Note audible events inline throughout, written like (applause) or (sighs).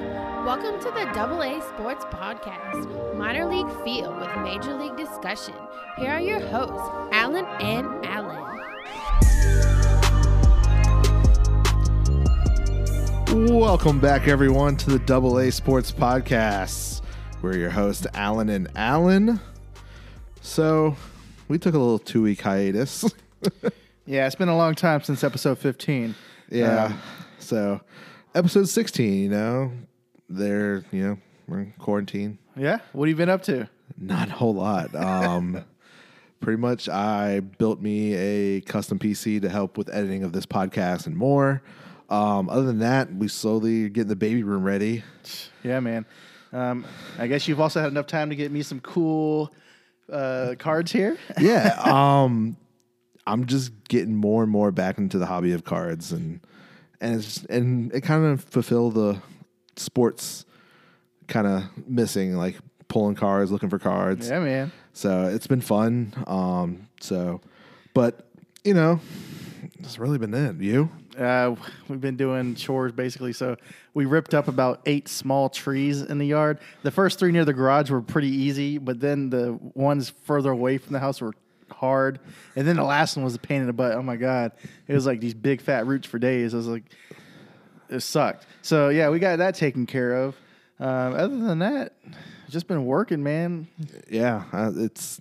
Welcome to the Double A Sports Podcast, minor league field with major league discussion. Here are your hosts, Alan and Alan. Welcome back, everyone, to the Double A Sports Podcast. We're your hosts, Alan and Alan. So, we took a little two week hiatus. (laughs) Yeah, it's been a long time since episode 15. yeah. so, episode 16, you know, they're, you know, we're in quarantine. Yeah? What have you been up to? Not a whole lot. Um, (laughs) pretty much, I built me a custom PC to help with editing of this podcast and more. Um, other than that, we slowly are getting the baby room ready. Yeah, man. Um, I guess you've also had enough time to get me some cool uh, cards here. yeah um i'm just getting more and more back into the hobby of cards and and it's and it kind of fulfill the sports kind of missing like pulling cards looking for cards Yeah, man. so it's been fun um so but you know it's really been it you Uh, we've been doing chores basically. So we ripped up about eight small trees in the yard. The first three near the garage were pretty easy, but then the ones further away from the house were hard. And then the last one was a pain in the butt. Oh my God. It was like these big fat roots for days. I was like, it sucked. So yeah, we got that taken care of. Um, other than that, just been working, man. yeah uh, it's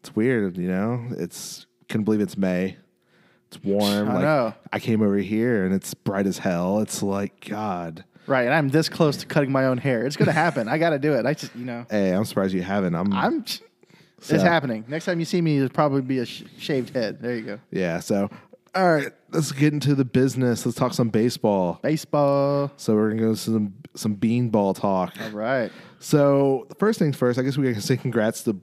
it's weird you know it's couldn't believe it's may it's warm I like know. i came over here and it's bright as hell it's like god Right. And I'm this close to cutting my own hair. It's going to happen. I got to do it. I just, you know, Hey, I'm surprised you haven't. I'm, I'm. So- It's happening. Next time you see me, it'll probably be a sh- shaved head. There you go. yeah. So, all right, let's get into the business. Let's talk some baseball. Baseball. So we're gonna go to some some beanball talk. All right. So the first things first, I guess we can say congrats to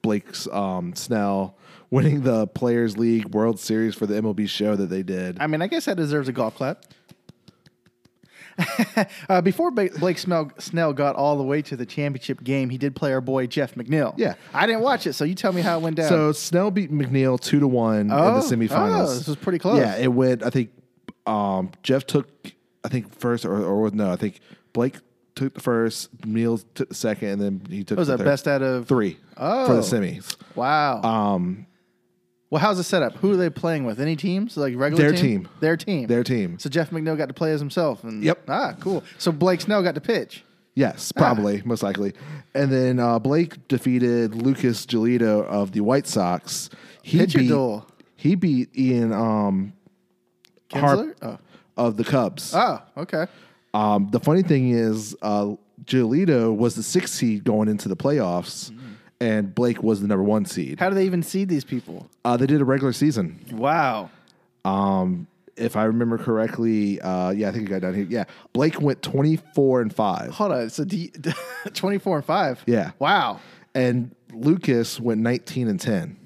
Blake's um, Snell winning the Players League World Series for the MLB show that they did. I mean, I guess that deserves a golf clap. (laughs) uh, before ba- Blake Smell- Snell got all the way to the championship game, he did play our boy Jeff McNeil. Yeah. I didn't watch it, so you tell me how it went down. So Snell beat McNeil two to one Oh, in the semifinals. oh, this was pretty close. Yeah, it went. I think um, Jeff took. I think first or, or no, I think Blake took the first. McNeil took the second, and then he took. was the third. that best out of three for Oh. the semis. Wow. Um. Well, how's the setup? Who are they playing with? Any teams? Like regular Their team. Their team. Their team. So Jeff McNeil got to play as himself. And Yep. Ah, cool. So Blake Snell got to pitch. Yes, Ah. probably, most likely. And then uh, Blake defeated Lucas Giolito of the White Sox. He Pitcher beat duel. he beat Ian um, Harp Kinsler? Oh. of the Cubs. Oh, okay. Um, the funny thing is, uh, Giolito was the sixth seed going into the playoffs, and Blake was the number one seed. How do they even seed these people? Uh, they did a regular season. Wow. If I remember correctly, uh, yeah, I think it got down here. Yeah, Blake went 24 and 5. Hold on. So (laughs) D- 24 and 5. Yeah. Wow. and Lucas went 19 and 10.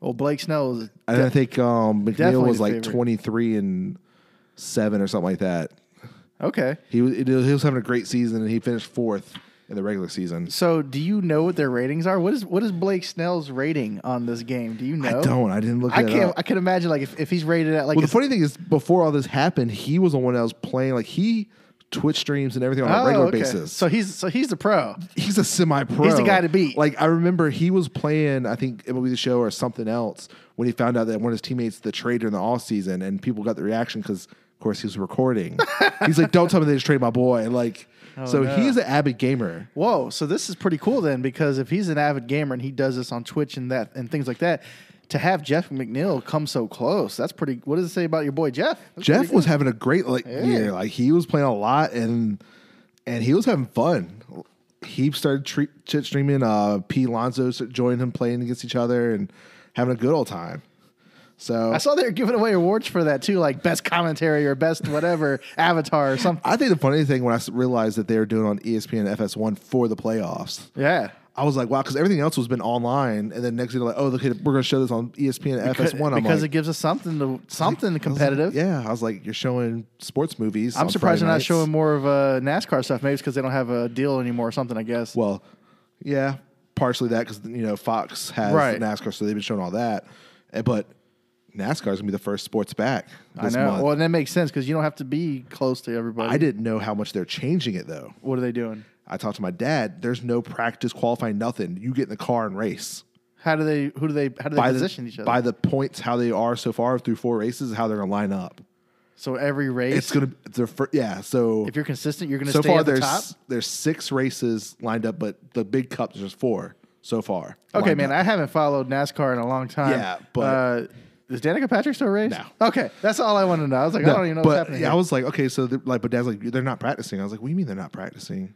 Well, Blake Snell was. And I think um, McNeil definitely was the like favorite. 23 and 7 or something like that. Okay. He was, he was having a great season and he finished fourth in the regular season. So do you know what their ratings are? What is what is Blake Snell's rating on this game? Do you know? I don't. I didn't look I it can't. up. I can imagine like if, if he's rated at like Well, a the funny thing is, before all this happened, he was the one that was playing. Like he Twitch streams and everything on a regular Oh, okay. basis. So he's so he's the pro. he's a semi-pro. He's the guy to beat. Like I remember, he was playing. I think MLB the Show or something else when he found out that one of his teammates the trade during the off season, and people got the reaction because, of course, he was (laughs) recording. he's like, "Don't tell me they just traded my boy." And like, so Oh, no. he's an avid gamer. Whoa! So this is pretty cool then, because if he's an avid gamer and he does this on Twitch and that and things like that, to have Jeff McNeil come so close, that's pretty. What does it say about your boy Jeff? That's Jeff pretty was good. having a great like year. Like he was playing a lot and and he was having fun. He started tre- chit streaming. Uh, P. Lonzo s- joined him playing against each other and having a good old time. So I I, saw they were giving away awards for that too, like best commentary or best (laughs) whatever avatar or something. think the funny thing when I s- realized that they were doing on E ESPN FS1 for the playoffs, Yeah. I was like, wow, because everything else was been online, and then next thing they're like, oh, look, we're going to show this on E ESPN Because FS1. I'm because like, it gives us something to something competitive. yeah, I was like, you're showing sports movies. I'm on surprised Friday they're not nights. showing more of uh, NASCAR stuff. Maybe it's because they don't have a deal anymore or something. I guess. Well, yeah, partially that because you know Fox has Right. NASCAR, so they've been showing all that. Eh, But NASCAR is gonna be the first sports back. I This know. Month. Well, and that makes sense because you don't have to be close to everybody. I didn't know how much they're changing it though. What are they doing? I talked to my dad. There's no practice qualifying, nothing. You get in the car and race. How do they? Who do they? How do they position the, each other? By the points, how they are so far through four races, how they're gonna line up. so every It's race, gonna they're fir- yeah. So if you're consistent, you're going to so stay far at the there's top. there's six races lined up, but the big cup there's four so far. Okay, lined man, up. I haven't followed NASCAR in a long time. Yeah, but- uh, is Danica Patrick still race? No. Okay, that's all I want to know. I was like, I No, don't even know but what's happening. yeah, I here. was like, okay, so they're- like, but dad's like, they're not practicing. I was like, what do you mean they're not practicing?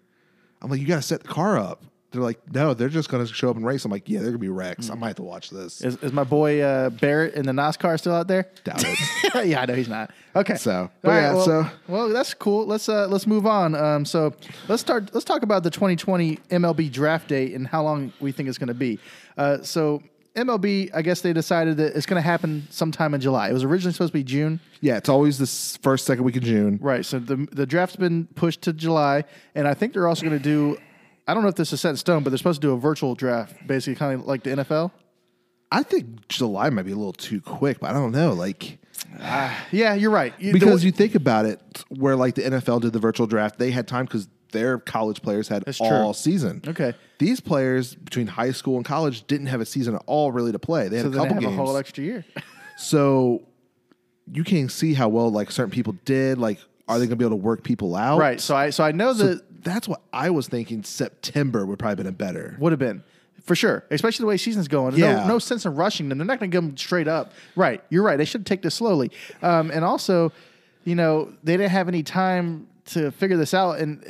I'm like, you gotta set the car up. They're like, no, they're just gonna show up and race. I'm like, yeah, they're gonna be wrecks. I might have to watch this. Is, is my boy uh, Barrett in the NASCAR still out there? (laughs) Doubt it. (laughs) yeah, I know he's not. Okay. So, All but yeah, well, so- well, that's cool. Let's uh, let's move on. Um, so let's start. Let's talk about the 2020 MLB draft date and how long we think it's going to be. Uh, so MLB, I guess they decided that it's going to happen sometime in July. It was originally supposed to be June. Yeah, it's always the s- first, second week of June. Right. So the the draft's been pushed to July, and I think they're also going to do. I don't know if this is set in stone, but they're supposed to do a virtual draft, basically kind of like the NFL. I think July might be a little too quick, but I don't know. Like, Yeah, you're right. You- the- because you think about it, where like the NFL did the virtual draft, they had time because their college players had That's all true. season. Okay. These players between high school and college didn't have a season at all really to play. They had so a then they couple have games. a whole extra year. so you can see how well like certain people did. Like, are they going to be able to work people out? right. So I so I know that That's what I was thinking. September would probably been a better. would have been for sure, especially the way season's going. Yeah. No, no sense in rushing them. They're not going to give them straight up. Right. You're right. They should take this slowly. Um, and also, you know, they didn't have any time to figure this out. And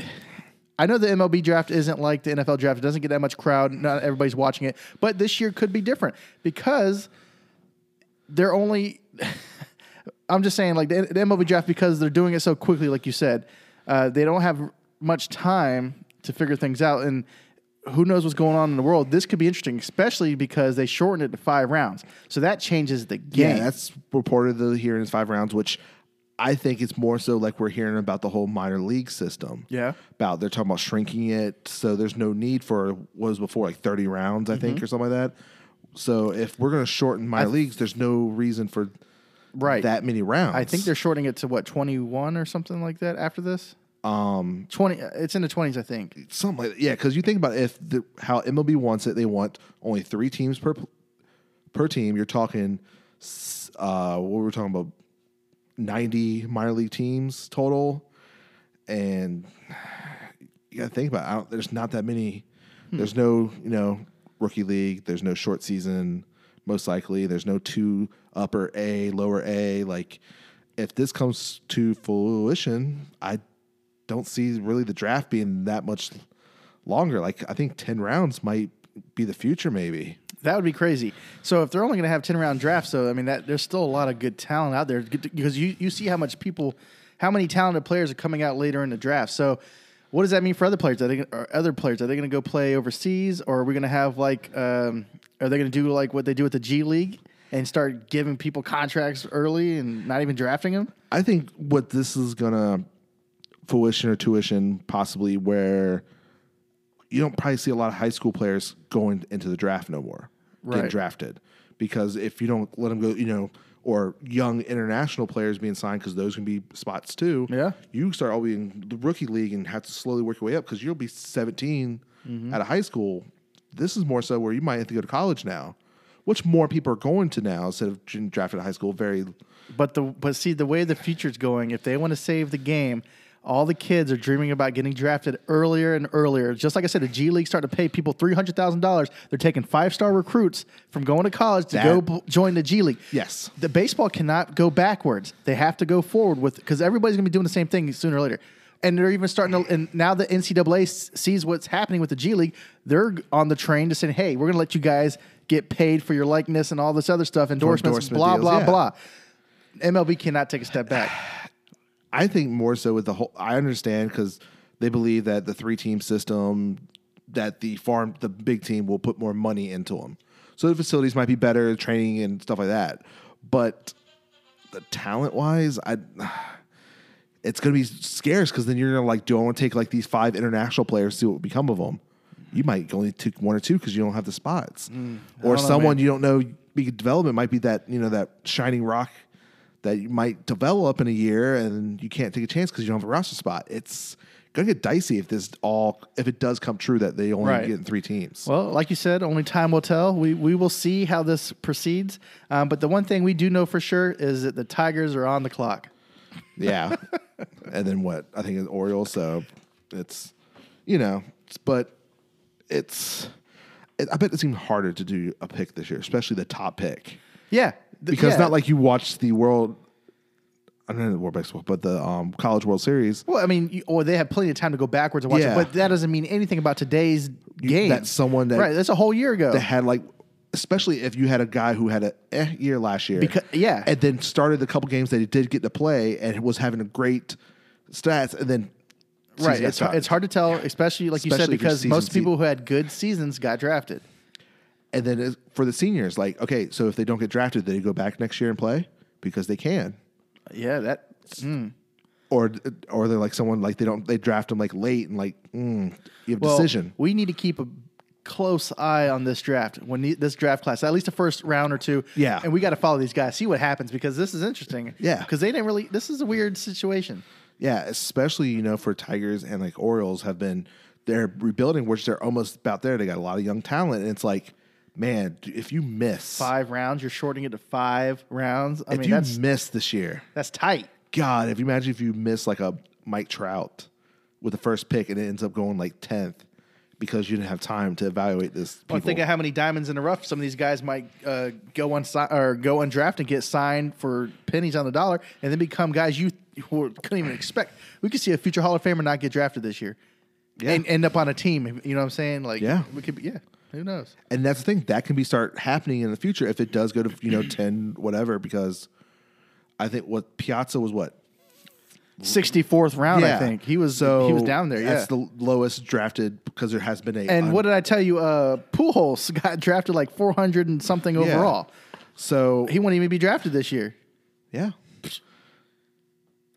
I know the MLB draft isn't like the NFL draft. It doesn't get that much crowd. Not everybody's watching it. But this year could be different because they're only. (laughs) I'm just saying, like the, the MLB draft, because they're doing it so quickly, like you said, uh, they don't have much time to figure things out, and who knows what's going on in the world. This could be interesting, especially because they shortened it to five rounds, so that changes the Yeah, game. that's reported the hearing is five rounds, which I think it's more so like we're hearing about the whole minor league system. Yeah. About they're talking about shrinking it. So there's no need for what was before like 30 rounds, I Mm-hmm. think, or something like that. So if we're going to shorten minor leagues, there's no reason for right. that many rounds. I think they're shortening it to what 21 or something like that after this. Um, 20. It's in the 20s, I think. something like that. Yeah, because you think about if the, how MLB wants it, they want only three teams per per team. You're talking s- uh, what we were talking about, ninety minor league teams total, and you got to think about. It. I don't, there's not that many. There's no you know rookie league. There's no short season. Most likely, there's no two upper A, lower A. Like, if this comes to fruition, I don't see really the draft being that much longer. Like I think ten rounds might be the future, maybe. That would be crazy. So if they're only going to have 10 round drafts, though, I mean, that there's still a lot of good talent out there Good- because you, you see how much people, how many talented players are coming out later in the draft. So what does that mean for other players? Are they, or other players, are they going to go play overseas or are we going to have like, um, are they going to do like what they do with the G League and start giving people contracts early and not even drafting them? I think what this is gonna fruition or tuition possibly where you don't probably see a lot of high school players going into the draft no more getting Right. drafted because if you don't let them go, you know, or young international players being signed because those can be spots too. Yeah. you start all being the rookie league and have to slowly work your way up because you'll be 17 Mm-hmm. out of high school. This is more so where you might have to go to college now, which more people are going to now instead of getting drafted at high school. Very But the but see the way the future's going, if they want to save the game, all the kids are dreaming about getting drafted earlier and earlier. Just like I said, the G League started to pay people three hundred thousand dollars. They're taking five star recruits from going to college to That- go b- join the G League. Yes. the baseball cannot go backwards. They have to go forward with because everybody's going to be doing the same thing sooner or later. And they're even starting to. And now the NCAA s- sees what's happening with the G League. They're on the train to saying, "Hey, we're going to let you guys get paid for your likeness and all this other stuff, endorsements, endorsement blah deals, blah yeah. blah." MLB cannot take a step back. (sighs) I think more so with the whole. I understand because they believe that the three team system, that the farm, the big team will put more money into them, so the facilities might be better, training and stuff like that. But the talent wise, I. (sighs) It's gonna be scarce because then you're gonna like, do I want to take like these five international players, see what would become of them? You might only take one or two because you don't have the spots, or Mm. don't know, someone man. you don't know be development might be that you know that shining rock that you might develop in a year and you can't take a chance because you don't have a roster spot. It's gonna get dicey if this all if it does come true that they only Right. get in three teams. Well, like you said, only time will tell. We we will see how this proceeds. Um, but the one thing we do know for sure is that the Tigers are on the clock. Yeah. (laughs) and then what? I think it's Orioles. So it's, you know, it's- but it's, it, I bet it's even harder to do a pick this year, especially the top pick. Yeah, Th- Because yeah. not like you watched the World, I don't know the World Baseball, but the um, College World Series. Well, I mean, you, or they had plenty of time to go backwards and watch Yeah. it, but that doesn't mean anything about today's game. that someone that- right? That's a whole year ago. that had like, especially if you had a guy who had a eh year last year, Because- yeah. and then started the couple games that he did get to play and was having a great stats, and then right? season got It's, stopped. it's hard to tell, especially like you said, Especially if your because most season's e- people who had good seasons got drafted. And then as- for the seniors, like, okay, so if they don't get drafted, they go back next year and play because they can. Yeah, that Or, or they're like someone like they don't they draft them like late and like mm, you have a well, decision. We need to keep a close eye on this draft when the, this draft class, at least the first round or two. Yeah. and we got to follow these guys, see what happens because this is interesting. Yeah. because they didn't really. This is a weird situation. Yeah, especially you know for Tigers and like Orioles have been they're rebuilding, which they're almost about there. They got a lot of young talent, and it's like, man, d- if you miss, Five rounds. You're shorting it to five rounds. I if mean, you that's miss this year, that's tight. God, if you imagine if you miss like a Mike Trout with the first pick and it ends up going like tenth because you didn't have time to evaluate this. People. Well, think of how many diamonds in the rough some of these guys might uh, go on or go undrafted and get signed for pennies on the dollar, and then become guys you who couldn't even expect. We could see a future Hall of Famer not get drafted this year, and end up on a team. You know what I'm saying? Like, Yeah. we could. Be, yeah, who knows? and that's the thing that can be start happening in the future if it does go to (clears throat) you know 10 whatever because i think what piazza was what 64th round, I think he was. So he was down there. Yeah. that's the lowest drafted because there has been a and un- what did I tell you? Uh, Pujols (laughs) got drafted like 400 and something Yeah. overall. so He wouldn't even be drafted this year. yeah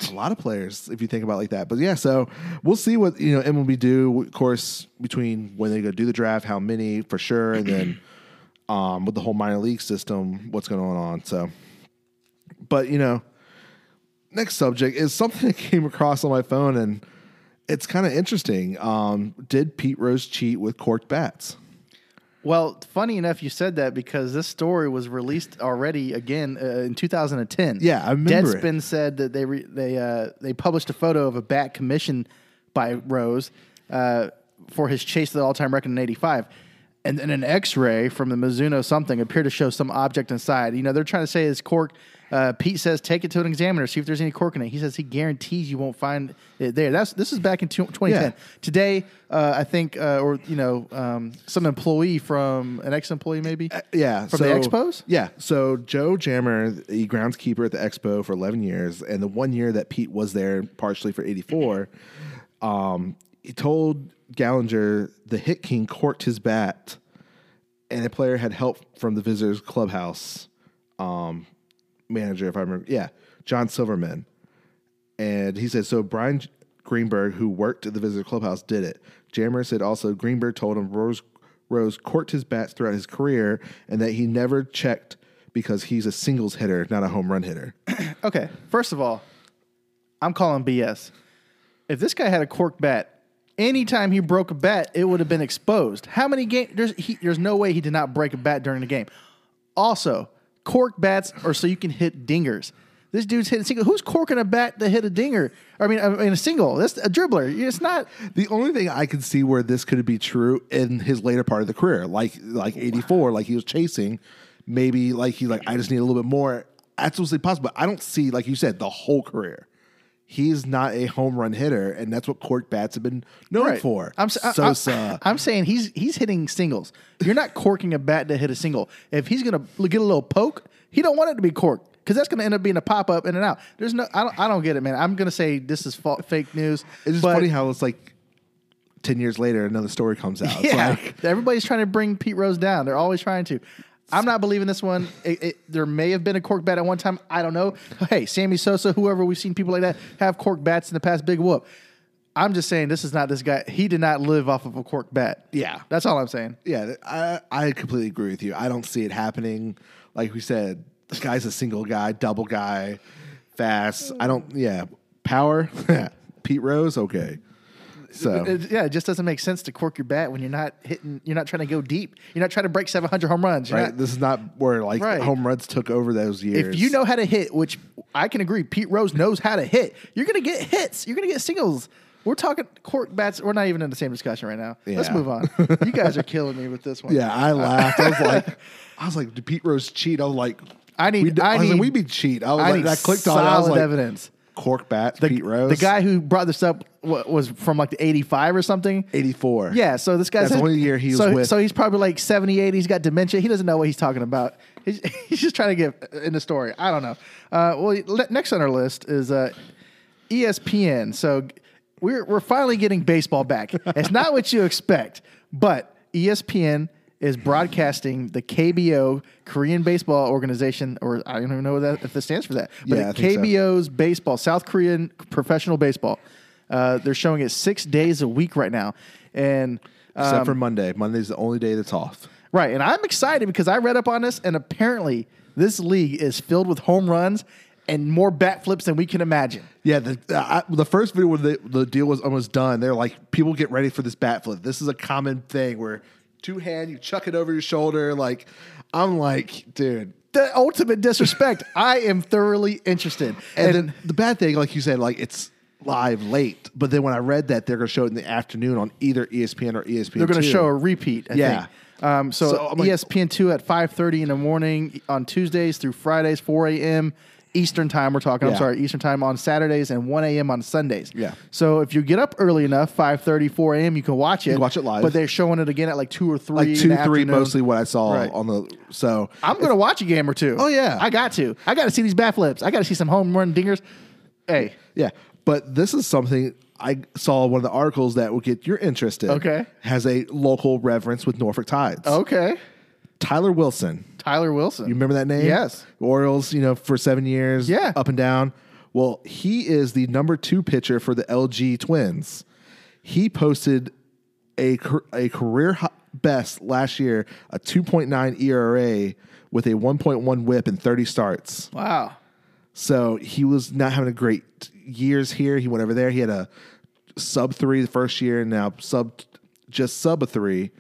a lot of players if you think about it like that but yeah so we'll see what you know mlb do of course between when they go do the draft how many for sure and then (clears throat) um with the whole minor league system what's going on so but you know next subject is something (laughs) that came across on my phone and it's kind of interesting um did pete rose cheat with corked bats Well, funny enough, you said that because this story was released already again uh, in 2010. Yeah, I remember it. Deadspin said that they re- they uh, they published a photo of a bat commissioned by Rose uh, for his chase to the all time record in '85, and then an X-ray from the Mizuno something appeared to show some object inside. You know, they're trying to say it's cork. Uh, Pete says, "Take it to an examiner, see if there's any cork in it." He says he guarantees you won't find it there. That's this is back in two- 2010. Yeah. Today, uh, I think, uh, or you know, um, some employee from an ex-employee, maybe. yeah, From the Expos? Yeah, so Joe Jammer, the groundskeeper at the Expo for eleven years, and the one year that Pete was there, partially for eighty four, um, he told Gallinger the hit king corked his bat, and the player had help from the visitors' clubhouse um, manager, if I remember. Yeah, John Silverman. And he said, so Brian J- Greenberg, who worked at the visitor clubhouse, did it. Jammer said also Greenberg told him Rose Rose corked his bats throughout his career and that he never checked because he's a singles hitter, not a home run hitter. (clears throat) Okay, first of all, I'm calling BS. If this guy had a cork bat, anytime he broke a bat, it would have been exposed. How many games? There's, he, there's no way he did not break a bat during the game. Also, cork bats are so you can hit dingers. This dude's hitting single. Who's corking a bat to hit a dinger? I mean, I mean a single. That's a dribbler. It's not. The only thing I could see where this could be true in his later part of the career, like like eighty four, like he was chasing, maybe like he's like I just need a little bit more. Absolutely possible. But I don't see, like you said, the whole career. He's not a home run hitter, and that's what cork bats have been known Right. for. uh, I'm, s- I- I- Sosa. (laughs) I'm saying he's he's hitting singles. You're not corking a bat to hit a single. If he's gonna l- get a little poke, he don't want it to be corked because that's gonna end up being a pop up in and out. There's no, I don't, I don't get it, man. I'm gonna say this is fa- fake news. it's just but- funny how it's like ten years later, another story comes out. It's (laughs) yeah, like everybody's trying to bring Pete Rose down. They're always trying to. I'm not believing this one. It, it, there may have been a cork bat at one time. I don't know. Hey, Sammy Sosa, whoever we've seen people like that have cork bats in the past. Big whoop. I'm just saying this is not this guy. He did not live off of a cork bat. Yeah. That's all I'm saying. Yeah, th- I I completely agree with you. I don't see it happening. Like we said, this guy's a single guy, double guy, fast. I don't. Yeah, power. (laughs) Pete Rose, okay. So It- yeah, it just doesn't make sense to cork your bat when you're not hitting. You're not trying to go deep. You're not trying to break 700 home runs. You're right, not- this is not where like Right. home runs took over those years. if you know how to hit, which I can agree, Pete Rose knows how to hit. You're gonna get hits. You're gonna get singles. We're talking cork bats. We're not even in the same discussion right now. Let's Yeah. move on. (laughs) you guys are killing me with this one. yeah, (laughs) I laughed. I was like, I was like, did Pete Rose cheat? I was like, I need- We, d- I was like, need- we be cheat. I was I like, need I clicked on. it. I was solid like, evidence. Cork bat, Pete Rose, The guy who brought this up wa- was from like the 85 or something. eighty four. Yeah, so this guy's That's the only year he was so, with- So he's probably like 78. He's got dementia. He doesn't know what he's talking about. He's, (laughs) he's just trying to get in the story. I don't know. Uh, well, le- next on our list is uh, ESPN. So we're, we're finally getting baseball back. it's not what you expect, but E ESPN is broadcasting the KBO Korean Baseball Organization, or I don't even know what that, if that stands for that, but Yeah, I it- think so. KBO's baseball, South Korean professional baseball. Uh, they're showing it six days a week right now, and uh, except for Monday. Monday's the only day that's off. right. And I'm excited because I read up on this, and apparently this league is filled with home runs and more bat flips than we can imagine. Yeah, the I, the first video where the, the deal was almost done, they're like, people get ready for this bat flip. This is a common thing where two hand, you chuck it over your shoulder. Like, I'm like, dude. The ultimate (laughs) disrespect. I am thoroughly interested. And, then the bad thing, like you said, like it's live late. But then when I read that they're gonna show it in the afternoon on either E ESPN or ESPN, they're going to show a repeat. I Yeah. Think. Um, so, So I'm like- ESPN two at five thirty in the morning on Tuesdays through Fridays, four a.m. Eastern time. We're talking. Yeah. I'm sorry, Eastern time on Saturdays and one a.m. on Sundays. Yeah. So if you get up early enough, 5:30, 4 a.m., you can watch it. can watch it live. But they're showing it again at like two or three. like in two, the three, afternoon. mostly what I saw Right. on the. So I'm going to watch a game or two. Oh, yeah. I got to. I got to see these bat flips. I got to see some home run dingers. Hey, Yeah, but this is something I saw one of the articles that will get your interest in. Okay. Oh. has a local reverence with Norfolk Tides. okay, Tyler Wilson. Tyler Wilson. You remember that name? Yes. Orioles, you know, for seven years. Yeah. Up and down. Well, he is the number two pitcher for the LG Twins. He posted a, car- a career hi- best last year, a 2.9 ERA with E a 1.1 whip and 30 starts. Wow. So he was not having a great years here. He went over there. He had a sub three the first year, and now sub just sub a three.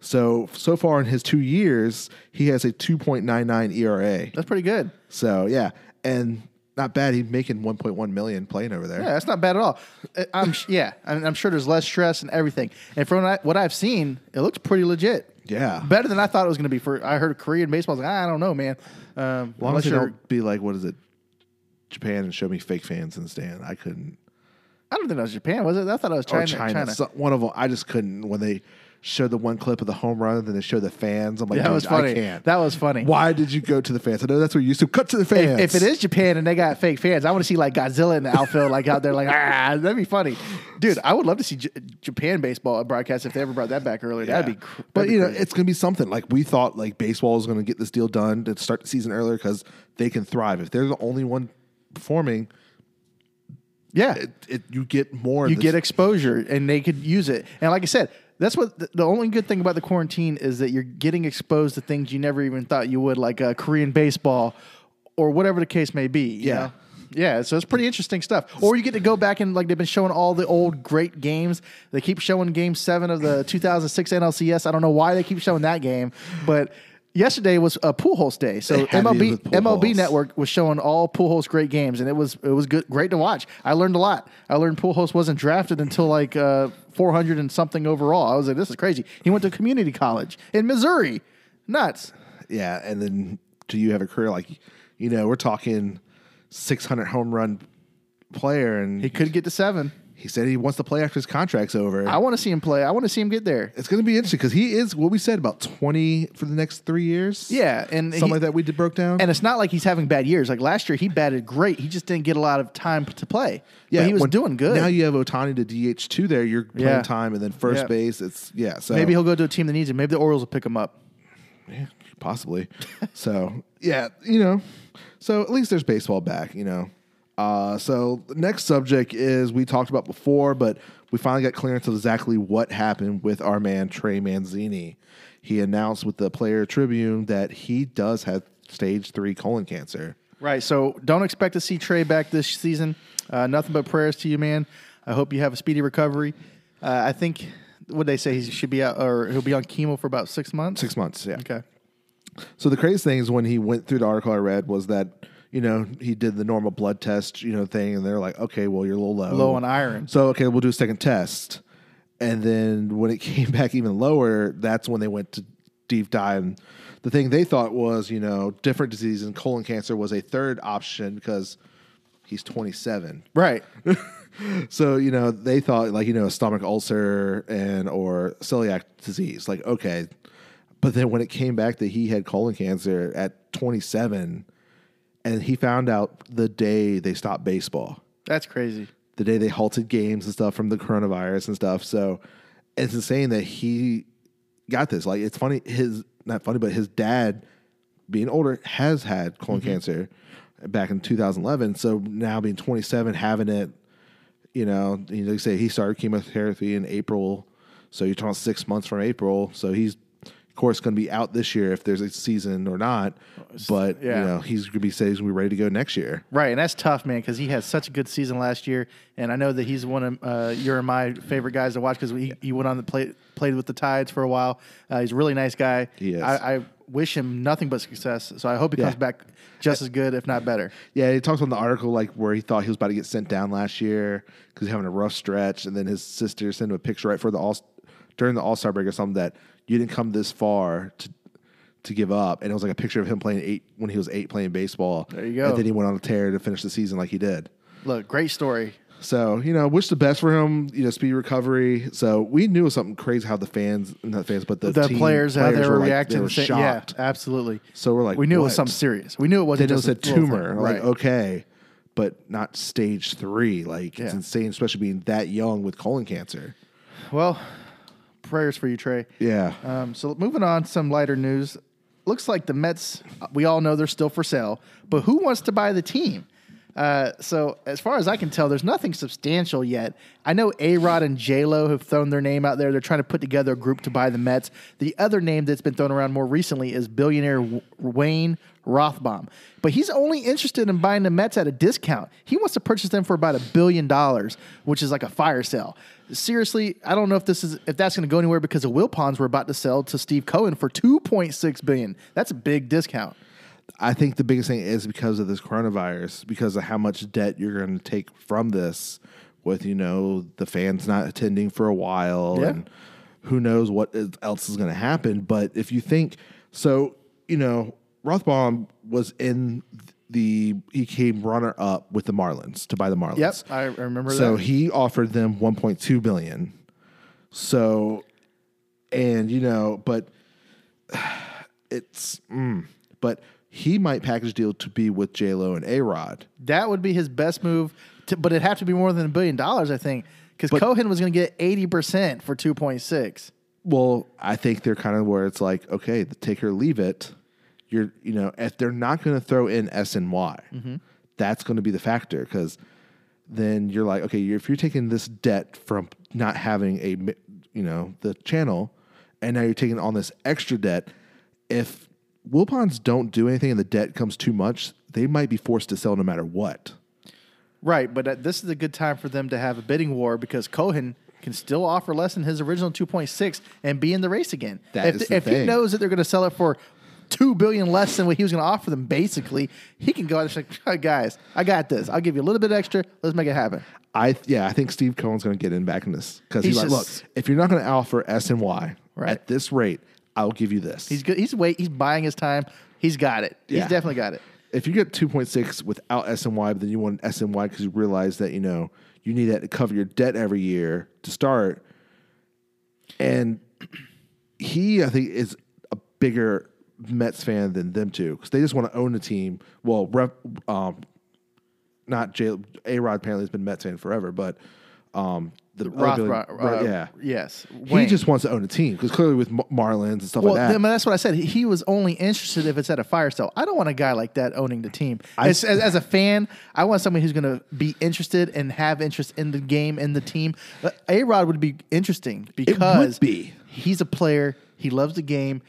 So so far in his two years, he has a two point nine nine ERA. That's pretty good. So yeah, and not bad. He's making one point one million playing over there. Yeah, that's not bad at all. I- I'm sh- yeah, I'm, I'm sure there's less stress and everything. And from what, I, what I've seen, it looks pretty legit. Yeah. better than I thought it was going to be. For I heard Korean baseball. I, was like, "Ah, I don't know, man. As Um, long as unless they you're, don't be like what is it, Japan, and show me fake fans in the stand. I couldn't. I don't think that was Japan, was it? I thought it was Or China. Oh, China, China. So- one of them. I just couldn't when they showed the one clip of the home run, and then they showed the fans. I'm like, that was "Dude, funny. I can't. That was funny. Why did you go to the fans? I know that's what you used to. Cut to the fans. If it is Japan and they got fake fans, I want to see like Godzilla in the outfield, like out there, like ah, that'd be funny, dude. I would love to see J- Japan baseball broadcast if they ever brought that back earlier. That'd be, cr- but that'd be you know, crazy. it's gonna be something. Like we thought, like baseball is gonna get this deal done to start the season earlier because they can thrive. If they're the only one performing, yeah, it, it you get more. you of get this- exposure and they could use it and like i said that's what the, the only good thing about the quarantine is that you're getting exposed to things you never even thought you would like uh, korean baseball or whatever the case may be you Yeah. know? yeah so it's pretty interesting stuff or you get to go back and like they've been showing all the old great games they keep showing game seven of the 2006 nlcs i don't know why they keep showing that game but Yesterday was a pool holes day, so They have you MLB with pool holes. MLB Network network was showing all Pujols great games, and it was it was good, great to watch. I learned a lot. I learned Pujols wasn't drafted until like uh, 400 and something overall. I was like, this is crazy. He went to community college in Missouri. Nuts. yeah. And then do you have a career like, you know, we're talking six hundred home run player, and He he, could get to seven. said he wants to play after his contract's over. I want to see him play. I want to see him get there. it's gonna be interesting because he is what we said about twenty for the next three years. Yeah, and something he- like that we did broke down. And it's not like he's having bad years. Like last year, he batted great. He just didn't get a lot of time to play. Yeah, he was when- doing good. Now you have Otani to DH two there. You're playing Yeah. time, and then first Yeah. base. It's yeah. So Maybe he'll go to a team that needs him. Maybe the Orioles will pick him up. yeah, (laughs) possibly. so yeah, you know. So at least there's baseball back. You know, Uh, so the next subject is we talked about before, but we finally got clearance of exactly what happened with our man Trey Manzini. He announced with the Player Tribune that he does have stage three colon cancer. Right. So don't expect to see Trey back this season. Uh, nothing but prayers to you, man. I hope you have a speedy recovery. Uh, I think what they say he should be out or he'll be on chemo for about six months. Six months, yeah. Okay. So the crazy thing is when he went through the article I read was that you know he did the normal blood test you know thing and they're like okay well you're a little low Low on iron. so okay we'll do a second test and then when it (laughs) came back even lower that's when they went to deep dive and the thing they thought was you know different disease and colon cancer was a third option because he's 27 Right. so you know they thought like you know a stomach ulcer and or celiac disease like okay but then when it came back that he had colon cancer at 27 and he found out the day they stopped baseball That's crazy. the day they halted games and stuff from the coronavirus and stuff so it's insane that he got this like it's funny his not funny but his dad being older has had colon cancer back in 2011 so now being 27 having it you know, you know, like I say, he started chemotherapy in April, so you're talking six months from April. So he's, of course, going to be out this year if there's a season or not. But yeah. you know, he's going to be saying he's going to be ready to go next year. Right, and that's tough, man, because he had such a good season last year, and I know that he's one of uh, your and my favorite guys to watch because he, he went on the play, played with the Tides for a while. Uh, he's a really nice guy. He is. I, I wish him nothing but success, so I hope he comes Yeah. back just as good, if not better. Yeah, he talks about in the article like where he thought he was about to get sent down last year because he's having a rough stretch, and then his sister sent him a picture right for the all during the All Star break or something that you didn't come this far to to give up, and it was like a picture of him playing eight when he was eight playing baseball. There you go. And then he went on a tear to finish the season like he did. Look, great story. So you know, wish the best for him. You know, speedy recovery. So we knew it was something crazy how the fans, not fans, but the, The team- players, how they were, like, reacting, they were the same- shocked. Yeah, absolutely. So we're like, we knew it was what? something serious. We knew it Then wasn't it just was a little thing. tumor. Like Right. okay, but not stage three. Like it's Yeah. insane, especially being that young with colon cancer. Well, prayers for you, Trey. Yeah, Um, so moving on, some lighter news. Looks like the Mets. We all know they're still for sale, but who wants to buy the team? Uh, so as far as I can tell, there's nothing substantial yet. I know A Rod and J Lo have thrown their name out there. They're trying to put together a group to buy the Mets. The other name that's been thrown around more recently is billionaire W- Wayne Rothbaum, but he's only interested in buying the Mets at a discount. He wants to purchase them for about a billion dollars, which is like a fire sale. Seriously, I don't know if this is if that's going to go anywhere because the Wilpons were about to sell to Steve Cohen for 2.6 billion. That's a big discount. I think the biggest thing is because of this coronavirus, because of how much debt you're going to take from this, with you know the fans not attending for a while, Yeah. and who knows what is- else is going to happen. But if you think so, you know Rothbaum was in the he came runner up with the Marlins to buy the Marlins. Yep, I remember So that. he offered them 1.2 billion. So, and you know, but (sighs) it's, mm, but he might package deal to be with J Lo and A Rod. That would be his best move, to, but it'd have to be more than a billion dollars, I think, because Cohen was going to get 80% for 2.6. Well, I think they're kind of where it's like, okay, the take or leave it. You're, you know, if they're not going to throw in S and Y, that's going to be the factor because then you're like, okay, you're, if you're taking this debt from not having a, mi- you know, the channel, and now you're taking on this extra debt, if Wilpons don't do anything and the debt comes too much, they might be forced to sell no matter what. Right, but uh, this is a good time for them to have a bidding war because Cohen can still offer less than his original 2.6 and be in the race again. That if is the if he thing. knows that they're going to sell it for 2 billion less than what he was going to offer them basically, he can go out and say, "All right, "Guys, I got this. I'll give you a little bit extra. Let's make it happen." I yeah, I think Steve Cohen's going to get in back in this because he's, like, He's just- look, if you're not going to offer S and Y Right. at this rate, I'll give you this. He's good. He's wait, he's buying his time. He's got it. Yeah. He's definitely got it. if you get 2.6 without S and Y, but then you want an S and Y because you realize that you know you need that to cover your debt every year to start, and he I think is a bigger Mets fan than them two because they just want to own the team. Well, rep, um, not J A Rod apparently has been Mets fan forever, but um, the Roth, other- Roth, right, yeah. Yes. He Wayne. just wants to own a team because clearly with Mar- Marlins and stuff Well, like that. I mean, that's what I said. He- He was only interested if it's at a fire sale. I don't want a guy like that owning the team. I- as, as, as a fan, I want somebody who's going to be interested and have interest in the game and the team. A Rod would be interesting because be. he's a player. He loves the game.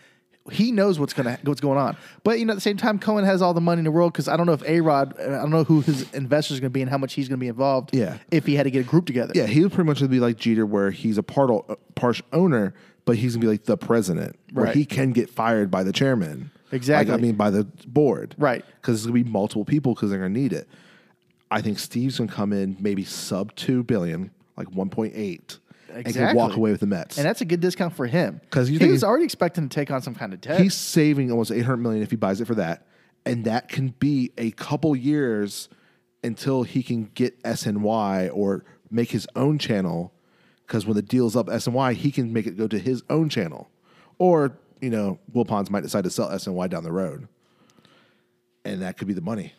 He knows what's gonna what's going on. But you know, at the same time, Cohen has all the money in the world because I don't know if A Rod, I don't know who his investors are going to be and how much he's going to be involved. Yeah. If he had to get a group together. yeah, he would pretty much be like Jeter, where he's a part partial owner, but he's gonna be like the president, where Right. he can get fired by the chairman. Like, Exactly. I mean, by the board, Right. Because it's gonna be multiple people because they're gonna need it. I think Steve's gonna come in maybe sub two billion, like one point eight, and can walk Exactly. away with the Mets. And that's a good discount for him 'Cause you he think was he- already expecting to take on some kind of debt. he's saving almost 800 million if he buys it for that and that can be a couple years until he can get SNY or make his own channel cuz when the deal's up SNY he can make it go to his own channel or you know Will Pons might decide to sell SNY down the road and that could be the money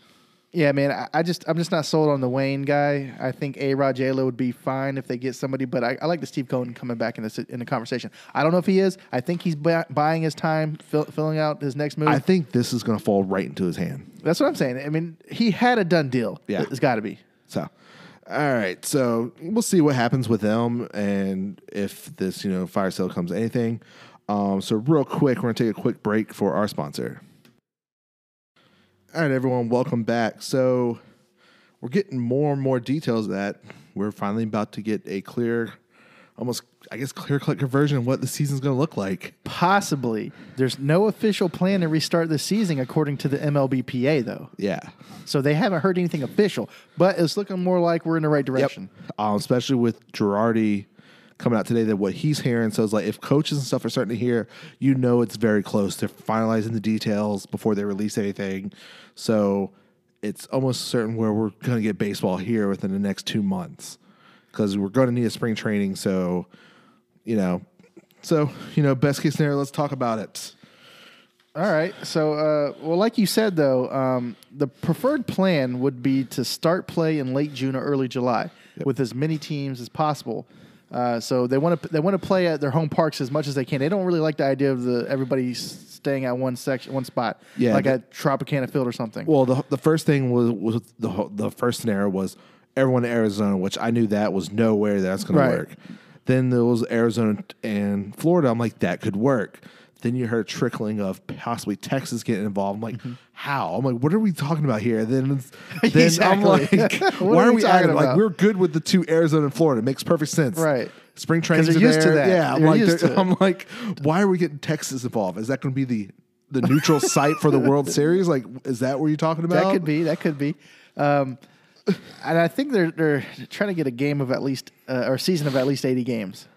Yeah, man. I, I just I'm just not sold on the Wayne guy. I think A Rod J Lo would be fine if they get somebody, but I, I like the Steve Cohen coming back in this in the conversation. I don't know if he is. I think he's bu- buying his time, fill, filling out his next move. I think this is going to fall right into his hand That's what I'm saying. I mean, he had a done deal. Yeah. it's got to be. So, all right. So we'll see what happens with them and if this, you know, fire sale comes to anything. Um, so real quick, we're gonna take a quick break for our sponsor. All right, everyone, welcome back. So we're getting more and more details that we're finally about to get a clear, almost I guess clear cut version of what the season's gonna look like. Possibly, there's no official plan to restart the season according to the MLBPA though, Yeah. so they haven't heard anything official. But it's looking more like we're in the right direction. Um, especially with Girardi coming out today that what he's hearing. So it's like if coaches and stuff are starting to hear, you know it's very close. They're finalizing the details before they release anything. So it's almost certain where we're going to get baseball here within the next two months because we're going to need a spring training. So, you know, so, you know, best case scenario, let's talk about it. All right. So, uh, well, like you said, though, um, the preferred plan would be to start play in late June or early July with as many teams as possible. Uh, so they want to they want to play at their home parks as much as they can. They don't really like the idea of the everybody s- staying at one section, one spot, Yeah, like the- at Tropicana Field or something. Well, the the first thing was, was the ho- the first scenario was everyone in Arizona, which I knew that was nowhere that's going Right. to work. Then there was Arizona and Florida. I'm like, that could work. Then you heard trickling of possibly Texas getting involved. I'm like, Mm-hmm. how? I'm like, what are we talking about here? Then, it's- (laughs) then I'm Exactly. like, What (laughs) why are are we we talking adding? Like, about? we're good with the two Arizona and Florida. It makes perfect sense. Right. Spring trainings they're are used to there. that. Yeah. I'm They're like, used they're- to it. I'm like, why are we getting Texas involved? Is that going to be the the (laughs) neutral site for the World Series? Like, is that what you're talking about? That could be. That could be. Um, and I think they're they're trying to get a game of at least uh, or season of at least eighty games.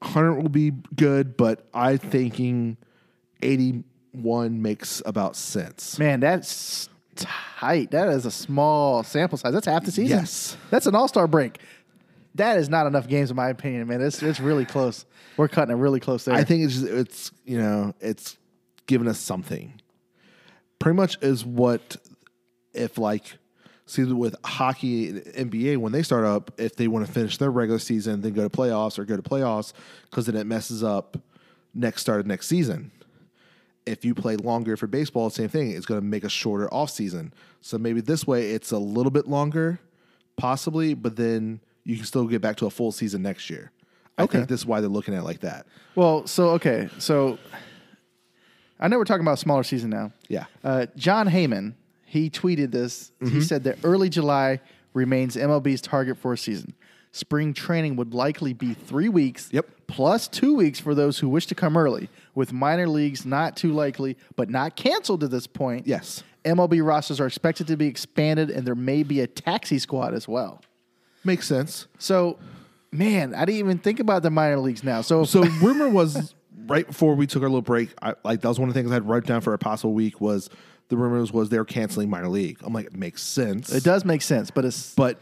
100 will be good, but I'm thinking 81 makes about sense. Man, that's tight. That is a small sample size. That's half the season. Yes. That's an all star break. That is not enough games, in my opinion, man. It's, it's really close. We're cutting it really close there. I think it's just, it's you know it's giving us something. Pretty much is what if like see with hockey and NBA when they start up if they want to finish their regular season then go to playoffs or go to playoffs because then it messes up next start of next season. If you play longer for baseball, same thing. It's going to make a shorter off season. So maybe this way it's a little bit longer, possibly, but then you can still get back to a full season next year. I Okay. think this is why they're looking at it like that. Well, so, okay. So I know we're talking about a smaller season now. Yeah. Mm-hmm. Uh, John Heyman, he tweeted this. He said that early July remains MLB's target for a season. Spring training would likely be three weeks, Yep. plus two weeks for those who wish to come early, with minor leagues not too likely, but not canceled at this point. Yes. MLB rosters are expected to be expanded, and there may be a taxi squad as well. Makes sense. So, man, I didn't even think about the minor leagues now. So, So (laughs) rumor was right before we took our little break. I, like that was one of the things I had wrote down for our possible week was the rumors was they were canceling minor league. I'm like, it makes sense. it does make sense, but it's But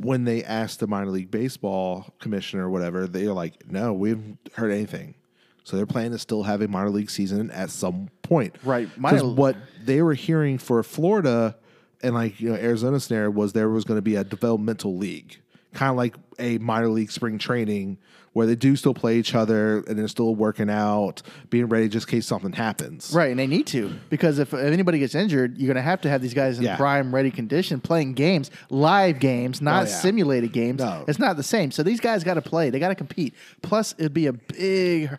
when they asked the minor league baseball commissioner or whatever, they're like, no, we haven't heard anything. So they're planning to still have a minor league season at some point. Right. Because Minor- what they were hearing for Florida and like, you know, Arizona scenario was there was going to be a developmental league. kind of like a minor league spring training where they do still play each other and they're still working out, being ready just in case something happens. Right, and they need to because if, if anybody gets injured, you're going to have to have these guys in Yeah. prime ready condition playing games, live games, not Oh, yeah. simulated games. No. It's not the same. So these guys got to play, they got to compete. Plus, it'd be a big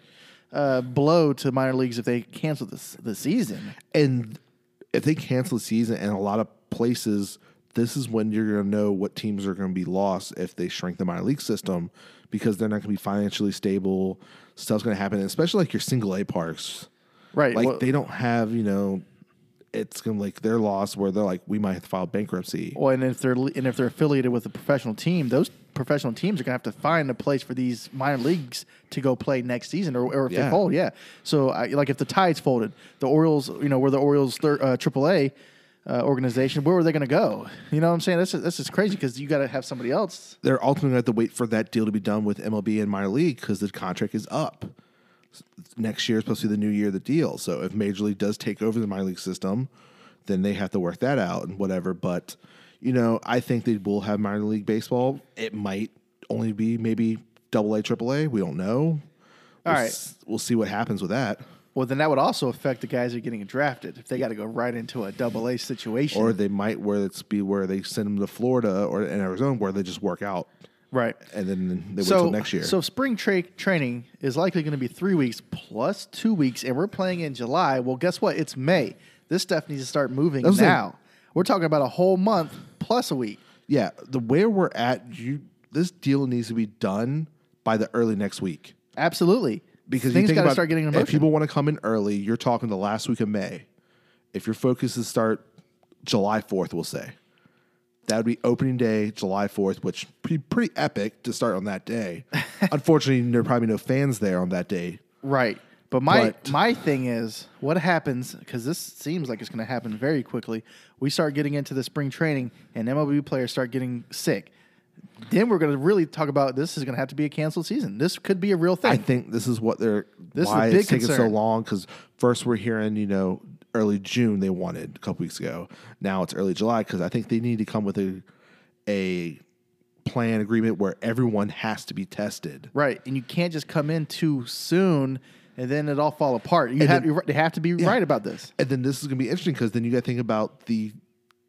uh, blow to minor leagues if they cancel this the season. And if they cancel the season and a lot of places, this is when you're going to know what teams are going to be lost if they shrink the minor league system because they're not going to be financially stable. Stuff's going to happen, especially like your single A parks. Right, Like well- they don't have, you know, it's going to like they're lost where they're like, we might have to file bankruptcy. Well, and if they're and if they're affiliated with a professional team, those professional teams are gonna have to find a place for these minor leagues to go play next season, or, or if they Yeah. fold, yeah. So, I, like if the Tides folded, the Orioles, you know, were the Orioles thir- uh, AAA uh, organization, where were they gonna go? You know what I'm saying? This is this is crazy because you got to have somebody else. they're ultimately going to have to wait for that deal to be done with MLB and minor league because the contract is up. Next year is supposed to be the new year of the deal. So if Major League does take over the minor league system, then they have to work that out and whatever. But, you know, I think they will have minor league baseball. It might only be maybe double A, triple A. We don't know. All All right. We'll see what happens with that. Well, then that would also affect the guys who are getting drafted if they got to go right into a Double A situation. Or they might where it's be where they send them to Florida or in Arizona where they just work out right. and then they wait till next year. So spring tra- training is likely going to be three weeks plus two weeks, and we're playing in July. Well, guess what? It's May. This stuff needs to start moving That's the thing. now. We're talking about a whole month plus a week. Yeah, the where we're at, you this deal needs to be done by the early next week Absolutely, because you things think got to about start getting in if motion. people want to come in early, you're talking the last week of May. If your focus is start July fourth, we'll say that would be opening day, July fourth, which be pretty epic to start on that (laughs) day. Unfortunately, there are probably no fans there on that day. right. But my But- my thing is, what happens? Because this seems like it's going to happen very quickly. We start getting into the spring training, and MLB players start getting sick. Then we're going to really talk about this is going to have to be a canceled season. This could be a real thing. I think this is what they're This is a why big it's taking concern. so long because first we're hearing you know early June they wanted a couple weeks ago now it's early July because I think they need to come with a a plan agreement where everyone has to be tested. Right, and you can't just come in too soon and then it all fall apart. You And have then- you're right- they have to be right about this. And then this is going to be interesting because then you got to think about the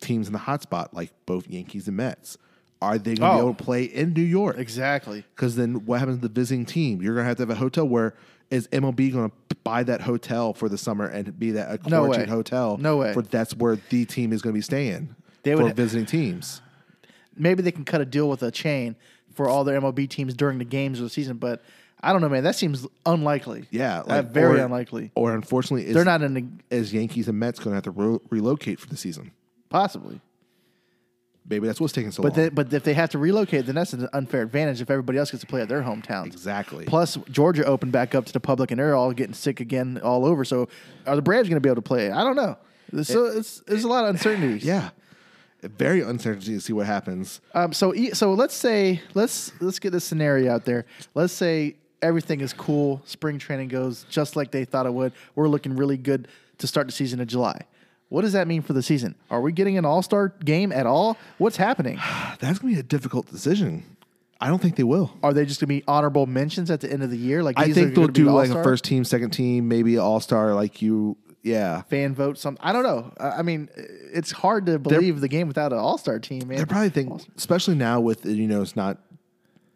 teams in the hot spot like both Yankees and Mets. Are they going to Oh. be able to play in New York? Exactly. Because then what happens to the visiting team? You're going to have to have a hotel where is MLB going to buy that hotel for the summer and be that a No way. quarantine hotel? No way. For that's where the team is going to be staying They for would- visiting teams. Maybe they can cut a deal with a chain for all their MLB teams during the games of the season, but I don't know, man. That seems unlikely. Yeah, That very or- unlikely. Or unfortunately, is, They're not in the Is Yankees and Mets going to have to re- relocate for the season? possibly, Maybe that's what's taking so but long. they, but if they have to relocate, then that's an unfair advantage if everybody else gets to play at their hometowns. exactly. Plus, Georgia opened back up to the public, and they're all getting sick again all over. So, are the Braves going to be able to play? I don't know. So it's there's a lot of uncertainties. yeah, very uncertain to see what (sighs) happens. Um, so e- so let's say let's let's get this scenario out there. Let's say everything is cool. Spring training goes just like they thought it would. We're looking really good to start the season in July. What does that mean for the season? Are we getting an All Star game at all? (sighs) What's happening? Ah, That's going to be a difficult decision. I don't think they will. Are they just going to be honorable mentions at the end of the year? Like I these are think gonna they'll be do like a All-Star? first team, second team, maybe all star. Like you, yeah. fan vote. Some I don't know. I I mean, it's hard to believe the game without an All Star team, man. They're probably thinking, especially now with you know, it's not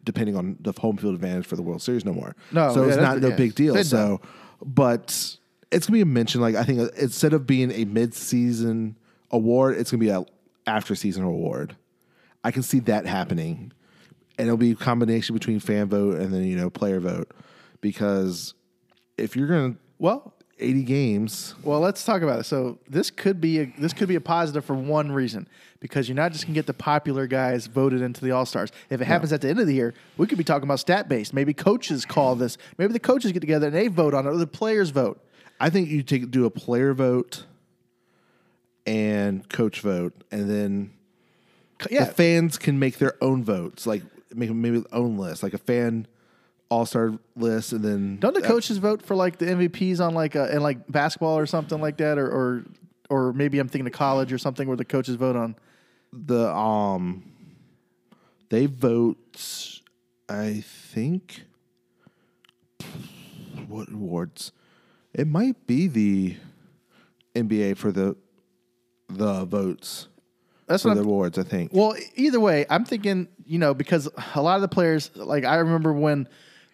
depending on the home field advantage for the World Series no more. No, so yeah, it's that's not the- no yeah, big deal. it's been So, but it's gonna be a mention. Like I think uh, instead of being a mid season award, it's gonna be a after season award. I can see that happening, and it'll be a combination between fan vote and then you know player vote because if you're gonna well, eighty games, Well, let's talk about it. So this could be a, this could be a positive for one reason because you're not just gonna get the popular guys voted into the All Stars. If it happens at the end of the year, we could be talking about stat based. Maybe coaches call this. Maybe the coaches get together and they vote on it, or the players vote. I think you take do a player vote and coach vote, and then C- Yeah, the fans can make their own votes, like make maybe their own list, like a fan all star list, and then uh, don't the coaches vote for like the MVPs on like a, in like basketball or something like that, or or or maybe I'm thinking of college or something where the coaches vote on. the um They vote, I think, what awards? It might be the NBA for the the votes That's for what the I'm, awards. I think. well, either way, I'm thinking, you know, because a lot of the players, like I remember when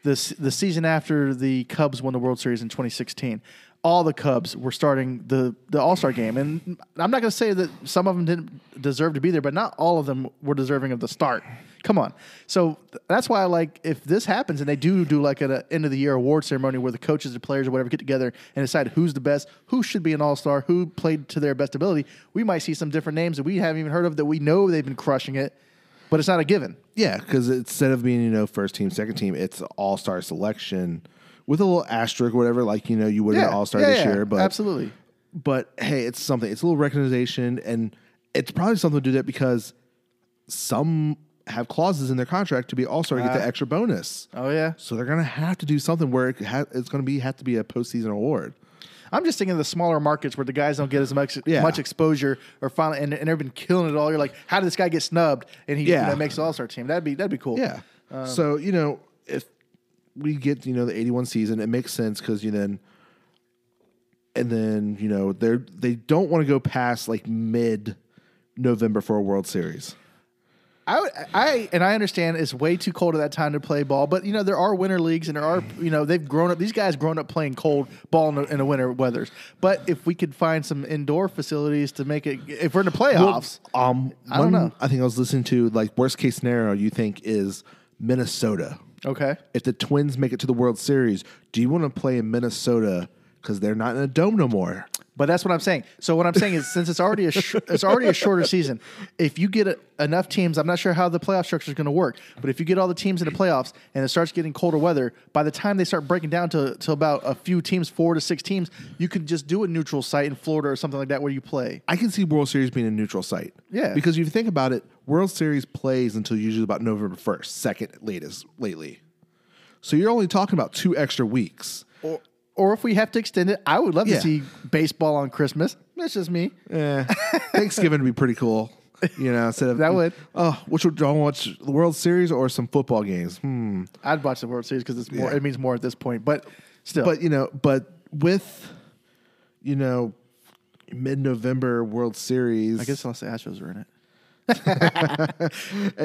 this the season after the Cubs won the World Series in 2016, all the Cubs were starting the the All Star game, and I'm not going to say that some of them didn't deserve to be there, but not all of them were deserving of the start. Come on, so th- that's why I like if this happens and they do do like an end of the year award ceremony where the coaches, the players, or whatever get together and decide who's the best, who should be an all star, who played to their best ability, we might see some different names that we haven't even heard of that we know they've been crushing it, but it's not a given. Yeah, because instead of being you know first team, second team, it's all star selection with a little asterisk or whatever, like you know you would Yeah, an all star yeah, this yeah, year, but absolutely. But hey, it's something. It's a little recognition, and it's probably something to do that because some have clauses in their contract to be all star to get the extra bonus. Uh-huh. Oh yeah, So they're gonna have to do something where it ha- it's gonna be have to be a postseason award. I'm just thinking of the smaller markets where the guys don't get as much Yeah. much exposure or finally and, and they've been killing it all. You're like, how did this guy get snubbed? And he you Yeah. know, makes the All Star team. That'd be that'd be cool. Yeah. Um, so you know, if we get you know the eighty one season, it makes sense because you then, and then you know they're they don't want to go past like mid November for a World Series. I, would, I and I understand it's way too cold at that time to play ball, but you know there are winter leagues and there are you know they've grown up. These guys grown up playing cold ball in the, in the winter weathers. But if we could find some indoor facilities to make it, if we're in the playoffs, Um, I don't one- know. I think I was listening to like worst case scenario. You think is Minnesota. okay, If the Twins make it to the World Series, do you want to play in Minnesota because they're not in a dome no more? But that's what I'm saying. So what I'm saying is, since it's already a sh- it's already a shorter season, if you get a, enough teams, I'm not sure how the playoff structure is going to work. But if you get all the teams in the playoffs and it starts getting colder weather, by the time they start breaking down to to about a few teams, four to six teams, you could just do a neutral site in Florida or something like that where you play. I can see World Series being a neutral site. Yeah. Because if you think about it, World Series plays until usually about November 1st, second latest lately. So you're only talking about two extra weeks. Or or if we have to extend it, I would love Yeah. to see baseball on Christmas. That's just me. Eh, (laughs) Thanksgiving would be pretty cool. You know, instead of That would. Oh, which would y'all watch the World Series or some football games? Hmm. I'd watch the World Series because it's more. Yeah. It means more at this point. But still, But you know, but with you know mid November World Series I guess unless the Astros are in it. and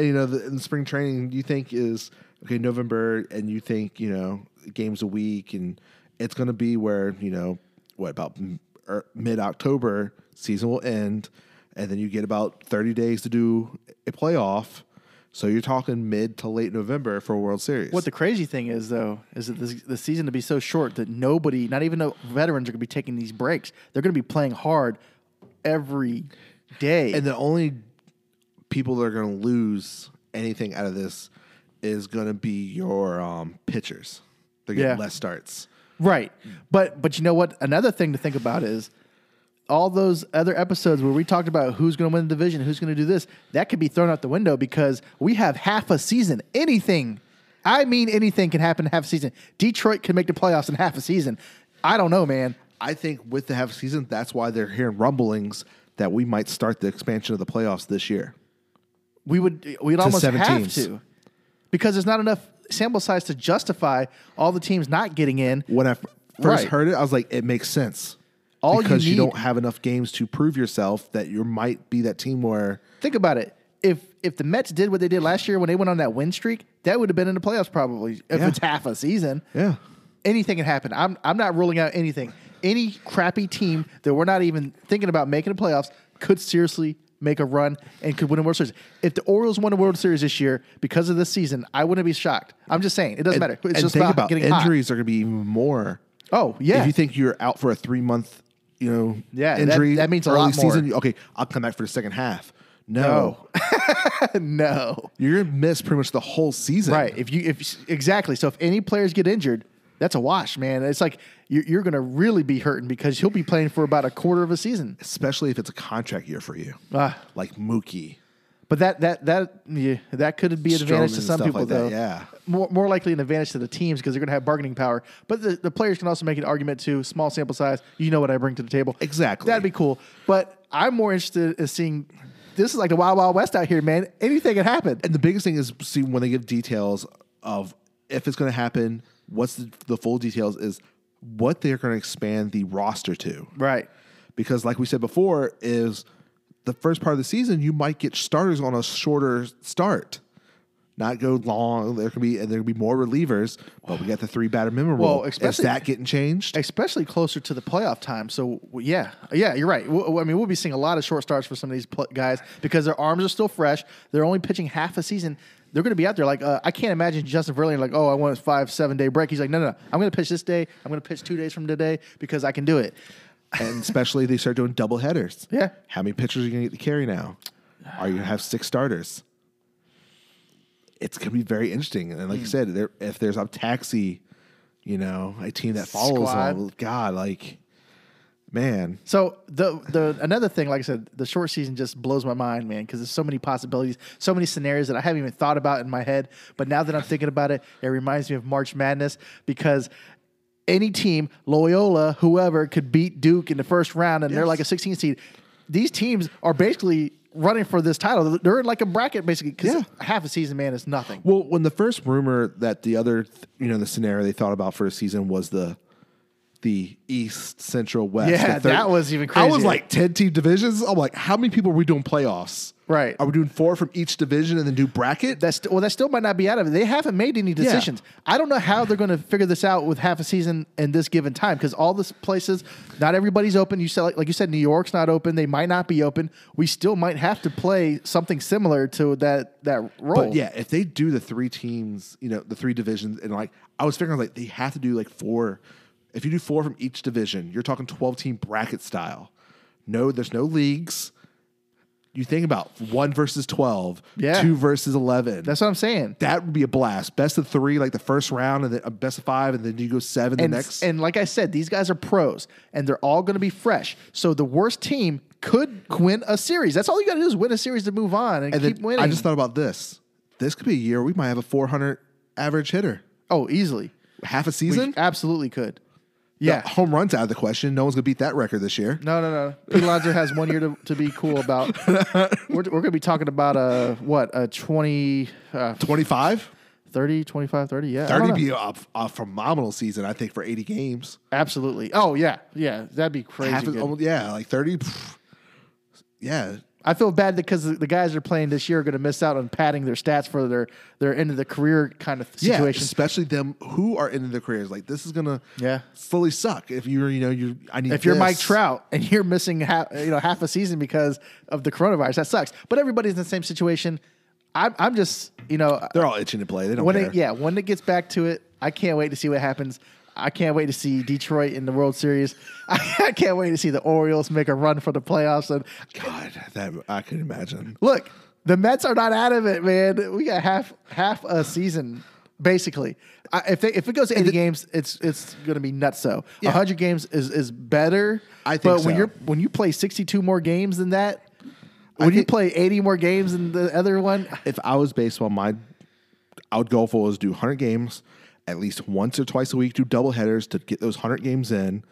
you know, the, in spring training, you think is okay November, and you think you know games a week, and it's going to be where you know what about m- er, mid October season will end, and then you get about thirty days to do a playoff. So you're talking mid to late November for a World Series. What the crazy thing is, though, is that this, the season to be so short that nobody, not even the veterans, are going to be taking these breaks. They're going to be playing hard every day. and the only people that are going to lose anything out of this is going to be your um, pitchers. They're getting Yeah. less starts. right, but but you know what? Another thing to think about is all those other episodes where we talked about who's going to win the division, who's going to do this. That could be thrown out the window because we have half a season. Anything, I mean, anything can happen in half a season. Detroit can make the playoffs in half a season. I don't know, man. I think with the half season, that's why they're hearing rumblings that we might start the expansion of the playoffs this year. we would we'd almost seven have teams. to because there's not enough sample size to justify all the teams not getting in. When I f- first Right. heard it, I was like, it makes sense. All you because you, don't need- have enough games to prove yourself that you might be that team where Think about it. If if the Mets did what they did last year when they went on that win streak, that would have been in the playoffs probably if Yeah. it's half a season. yeah, Anything can happen. I'm I'm not ruling out anything. Any crappy team that we're not even thinking about making the playoffs could seriously make a run and could win a World Series. If the Orioles won a World Series this year because of this season, I wouldn't be shocked. I'm just saying it doesn't matter. It's and just think about, about getting injuries. injuries are going to be even more. Oh yeah. If you think you're out for a three month, you know, Yeah, that- injury, that means a early lot more. season. Okay, I'll come back for the second half. No, (laughs) no. you're going to miss pretty much the whole season. Right. If you if exactly. So if any players get injured, that's a wash, man. It's like you're, you're going to really be hurting because he'll be playing for about a quarter of a season. especially if it's a contract year for you, Ah. like Mookie. But that that that yeah, that could be an advantage Stroman to and some stuff people like that, though. yeah. More more likely an advantage to the teams because they're going to have bargaining power. But the, the players can also make an argument to small sample size. You know what I bring to the table. Exactly. That'd be cool. But I'm more interested in seeing this is like the wild wild west out here, man. Anything can happen. And the biggest thing is see when they give details of if it's going to happen, what's the, the full details is what they're going to expand the roster to. Right. Because like we said before is the first part of the season you might get starters on a shorter start. Not go long. There could be and there could be more relievers, but we got the three batter minimum Well, rule. is especially- that getting changed? Especially closer to the playoff time. So, w- yeah, yeah, you're right. W- I mean, we'll be seeing a lot of short starts for some of these pl- guys because their arms are still fresh. They're only pitching half a season. They're going to be out there. Like, uh, I can't imagine Justin Verlander, like, oh, I want a five, seven day break. He's like, no, no, no. I'm going to pitch this day. I'm going to pitch two days from today because I can do it. and especially they start doing double headers. Yeah. How many pitchers are you gonna get to carry now? Are you gonna have six starters? It's gonna be very interesting. And Hmm. like you said, there, if there's a taxi, you know, a team that follows Squad. all God, like man. So the the another thing, like I said, the short season just blows my mind, man, because there's so many possibilities, so many scenarios that I haven't even thought about in my head. But now that I'm thinking about it, it reminds me of March Madness because any team, Loyola, whoever, could beat Duke in the first round, and they're like a 16 seed. These teams are basically running for this title. They're in like a bracket basically because Yeah. half a season, man, is nothing. Well, when the first rumor that the other, th- you know, the scenario they thought about for a season was the the East Central West. Yeah, the third- that was even I was crazier. like ten team divisions. I'm like, how many people are we doing playoffs? Right. Are we doing four from each division and then do bracket? That's well, that still might not be out of it. They haven't made any decisions. I don't know how they're going to figure this out with half a season in this given time because all the places, not everybody's open. You said, like, like you said, New York's not open. They might not be open. We still might have to play something similar to that that role. But yeah, if they do the three teams, you know, the three divisions, and like I was figuring, like they have to do like four. If you do four from each division, you're talking twelve team bracket style. No, there's no leagues. You think about one versus twelve, Yeah. two versus eleven. that's what I'm saying. that would be a blast. Best of three, like the first round, and then uh, best of five, and then you go seven And, the next. and like I said, these guys are pros and they're all going to be fresh. So the worst team could win a series. That's all you got to do is win a series to move on and, and keep then winning. I just thought about this. This could be a year we might have a 400 average hitter, oh, easily. half a We season. absolutely could. The Yeah. home runs out of the question. No one's gonna beat that record this year. No, no, no. Pete Alonso has one year to, to be cool about. We're, we're going to be talking about a, what, a 20, uh, 25? 30, 25, 30. Yeah. I 30 don't know. be a, a phenomenal season, I think, for 80 games. Absolutely. Oh, yeah. Yeah. That'd be crazy. Half is, good. almost, yeah, like 30. pff, yeah. I feel bad because the the guys that are playing this year are going to miss out on padding their stats for their, their end of the career kind of Yeah, situation. especially them who are into their careers. Like this is gonna Yeah. slowly suck if you're you know you I need If you're this. Mike Trout and you're missing half, you know, half a season because of the coronavirus, that sucks. But everybody's in the same situation. I'm, I'm just, you know, they're all itching to play. They don't when care. it, yeah, when it gets back to it, I can't wait to see what happens. I can't wait to see Detroit in the World Series. (laughs) I can't wait to see the Orioles make a run for the playoffs. And God, that I can imagine. look, the Mets are not out of it, man. We got half half a season basically. I, if they, if it goes to 80 games, it's it's going to be nuts. So a 100 games is is better. I think but when so. you're when you play 62 more games than that, when you think- play 80 more games than the other one, If I was baseball, my I would go for was do 100 games at least once or twice a week, do double headers to get those 100 games in,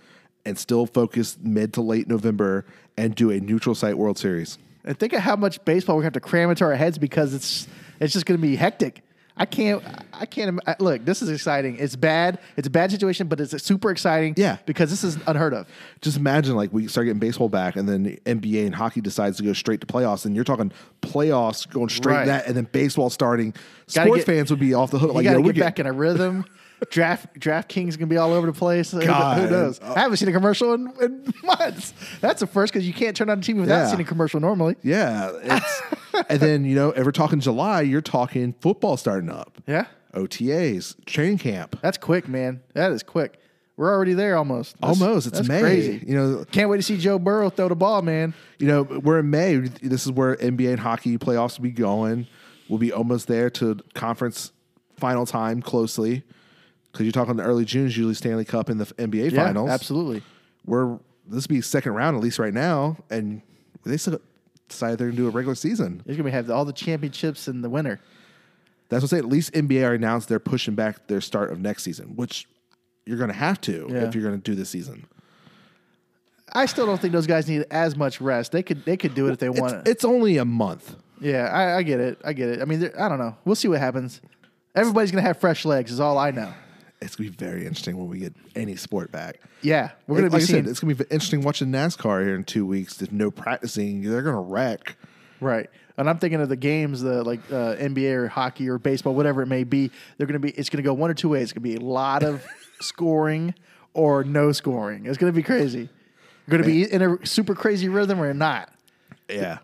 and still focus mid to late November and do a neutral site World Series. And think of how much baseball we're gonna have to cram into our heads because it's it's just gonna be hectic. I can't. I can't. im- I- Look, this is exciting. It's bad. It's a bad situation, but it's super exciting. Yeah. because this is unheard of. just imagine like we start getting baseball back and then the NBA and hockey decides to go straight to playoffs and you're talking playoffs going straight Right. to that and then baseball starting Gotta sports get- fans would be off the hook You like gotta yo, we get back in a rhythm. (laughs) Draft DraftKings gonna be all over the place. (laughs) Who kn- Who God. Oh. knows? I haven't seen a commercial in, in (laughs) months. That's a first because you can't turn on TV without Yeah. seeing a commercial normally. (laughs) yeah (laughs) it's, and then you know if we're talking July you're talking football starting up Yeah, OTAs training camp that's quick, man. That is quick. We're already there almost. That's- almost it's that's May Crazy. you know Can't wait to see Joe Burrow throw the ball, man. you know, we're in May. This is where NBA and hockey playoffs will be going. We'll be almost there to conference final time closely. Because you're talking the early June is usually Stanley Cup and the NBA Yeah, finals. absolutely. We're this will be second round at least right now, and they still decided they're gonna do a regular season. It's gonna have all the championships in the winter. That's what I say. At least NBA are announced they're pushing back their start of next season, which you're gonna have to Yeah. if you're gonna do this season. I still don't think those guys need as much rest. They could they could do it if they It's, want it's only a month. Yeah, I, I get it. I get it. I mean, there- I don't know. We'll see what happens. Everybody's gonna have fresh legs. Is all I know. It's gonna be very interesting when we get any sport back. Yeah, we're gonna like be I said, seeing it's gonna be interesting watching NASCAR here in two weeks. If no practicing, they're gonna wreck. right. And I'm thinking of the games, the like uh, NBA or hockey or baseball, whatever it may be. They're gonna be. It's gonna go one or two ways. It's gonna be a lot (laughs) of scoring or no scoring. It's gonna be crazy. You're gonna be in a super crazy rhythm or not. Yeah,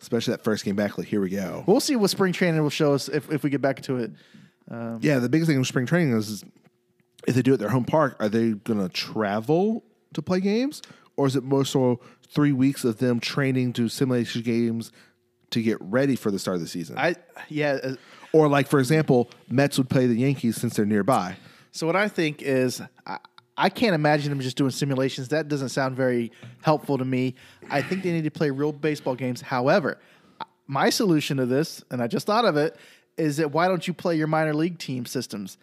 especially that first game back. Like here we go. We'll see what spring training will show us if, if we get back to it. yeah, the biggest thing with spring training is, is if they do it at their home park, are they gonna travel to play games, or is it more so three weeks of them training to simulation games to get ready for the start of the season? I yeah. uh, or like for example, Mets would play the Yankees since they're nearby. So what I think is, I, I can't imagine them just doing simulations. That doesn't sound very helpful to me. I think they need to play real baseball games. However, my solution to this, and I just thought of it, is that why don't you play your minor league team systems?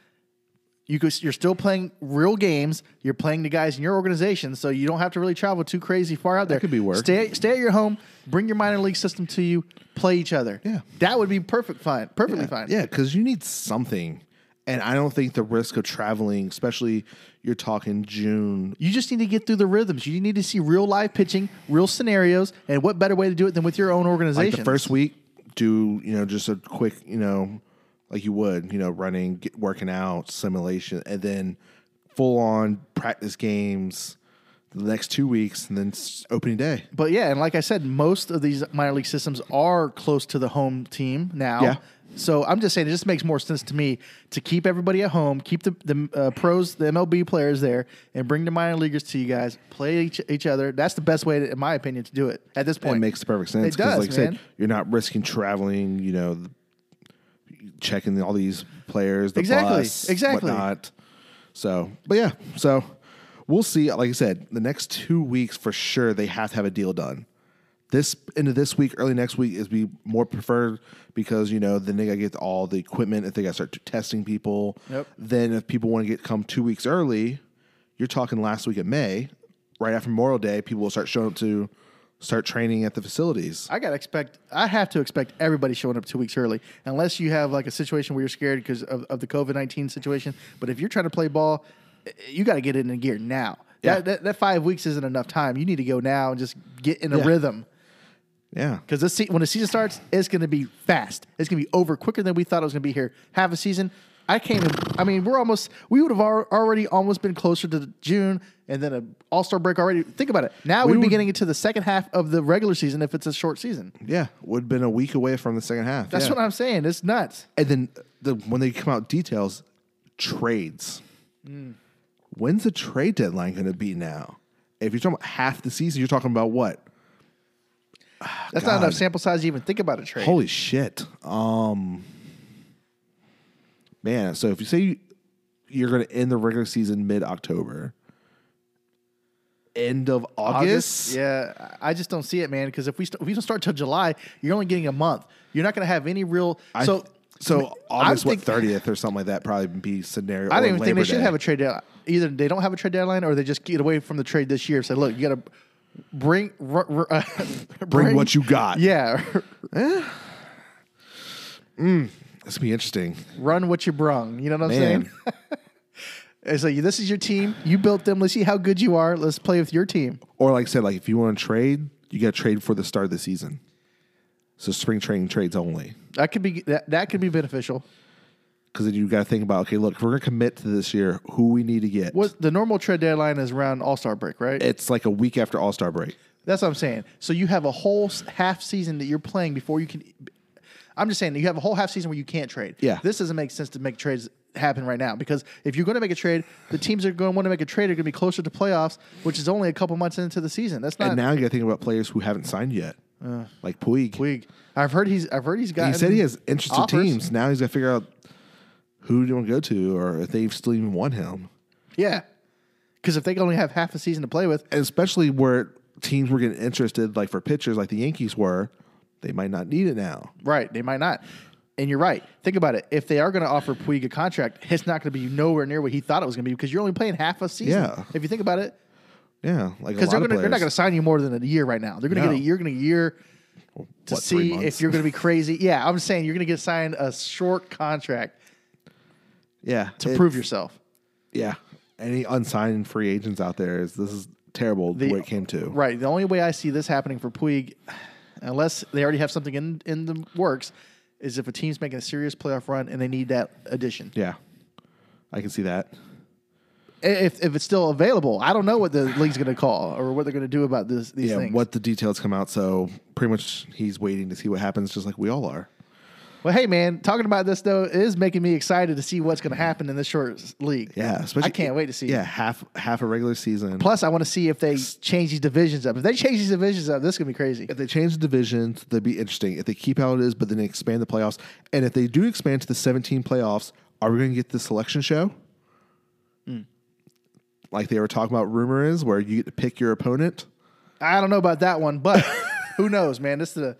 You could, you're still playing real games. You're playing the guys in your organization, so you don't have to really travel too crazy far out there. could be work. Stay, stay at your home. Bring your minor league system to you. Play each other. Yeah. that would be perfect. Fine, perfectly fine. Yeah, because you need something. And I don't think the risk of traveling, especially you're talking June. You just need to get through the rhythms. You need to see real live pitching, real scenarios, and what better way to do it than with your own organization? Like the first week, do you know just a quick, you know, like you would, you know, running, get, working out, simulation, and then full on practice games the next two weeks, and then s- opening day. but yeah, and like I said, most of these minor league systems are close to the home team now. Yeah. So I'm just saying, it just makes more sense to me to keep everybody at home, keep the, the uh, pros, the MLB players there, and bring the minor leaguers to you guys. Play each, each other. That's the best way, to, in my opinion, to do it at this point. It makes perfect sense. It 'cause does, like I man. said, you're not risking traveling, you know, th- checking all these players, the Exactly, bus, exactly. whatnot. So, but yeah, so we'll see. Like I said, the next two weeks for sure, they have to have a deal done. This into this week, early next week is be more preferred because you know then they gotta get all the equipment. If they gotta start t- testing people, Yep. then if people want to get come two weeks early, you're talking last week of May, right after Memorial Day, people will start showing up to start training at the facilities. I gotta expect. I have to expect everybody showing up two weeks early, unless you have like a situation where you're scared because of, of the COVID nineteen situation. But if you're trying to play ball, eh, you got to get it in the gear now. Yeah. That, that that five weeks isn't enough time. You need to go now and just get in a Yeah. rhythm Yeah, because this se- when the season starts, it's gonna be fast. It's gonna be over quicker than we thought it was gonna be here. Half a season. I can't even. I mean, we're almost. We would have al- already almost been closer to June, and then an All Star break already. Think about it. Now we would be would- getting into the second half of the regular season if it's a short season. yeah, would have been a week away from the second half. That's what I'm saying. It's nuts. and then the when they come out details, trades. Mm. When's the trade deadline going to be now? If you're talking about half the season, you're talking about what? That's Oh, God. not enough sample size to even think about a trade. Holy shit. Um man, so if you say you, you're going to end the regular season mid-October, end of August, Yeah, I I just don't see it, man. Because if we st- if we don't start till July, you're only getting a month. You're not going to have any real. I- so so August what think- 30th or something like that probably would be scenario. I or don't even think Labor they should Day. have a trade deadline. Either they don't have a trade deadline, or they just get away from the trade this year. and Say, look, you got to bring, r- r- uh, (laughs) bring Bring (laughs) what you got. Yeah, That's gonna be interesting. run what you brung. You know what Man. I'm saying? (laughs) It's like this is your team. You built them. Let's see how good you are. Let's play with your team. Or like I said, like if you want to trade, you got to trade for the start of the season. So spring training trades only, That could be that, that could be beneficial. because then you got to think about okay, look, if we're gonna commit to this year, who we need to get. What the normal trade deadline is around All Star break, right? It's like a week after All Star break. That's what I'm saying. So you have a whole s- half season that you're playing before you can. I'm just saying that you have a whole half season where you can't trade. Yeah. this doesn't make sense to make trades happen right now because if you're going to make a trade, the teams that are going to want to make a trade are going to be closer to playoffs, which is only a couple months into the season. That's not And now you got to think about players who haven't signed yet, Uh, like Puig. week. I've heard he's. I've heard he's got. He said he has interested offers. teams. Now he's got to figure out who you want to go to, or if they've still even won him. Yeah, because if they only have half a season to play with, And especially where teams were getting interested, like for pitchers, like the Yankees were, they might not need it now. Right. They might not. And you're right. Think about it. If they are going to offer Puig a contract, it's not going to be nowhere near what he thought it was going to be because you're only playing half a season. Yeah. If you think about it, Yeah, like a because lot they're of gonna, they're not going to players. sign you more than a year right now. They're going to No. get a you're going to year to What, three see months? if you're going to be crazy. (laughs) Yeah, I'm saying you're going to get signed a short contract yeah to it- prove yourself. yeah any unsigned free agents out there is this is terrible the, way it came to Right. The only way I see this happening for Puig, unless they already have something in in the works, is if a team's making a serious playoff run and they need that addition. yeah I can see that I- If if it's still available, I don't know what the league's going to call or what they're going to do about this these yeah things. what the details come out so pretty much he's waiting to see what happens just like we all are Well, hey man, talking about this though is making me excited to see what's going to happen in this short s- league. yeah especially I can't wait to see. yeah half half a regular season Plus, I want to see if they change these divisions up. If they change these divisions up, this is gonna be crazy. if they change the divisions, that'd be interesting. If they keep how it is, but then they expand the playoffs, and if they do expand to the 17 playoffs, are we going to get the selection show? Hmm. Like they were talking about, rumor is where you get to pick your opponent, I don't know about that one, but (laughs) who knows, man? This is a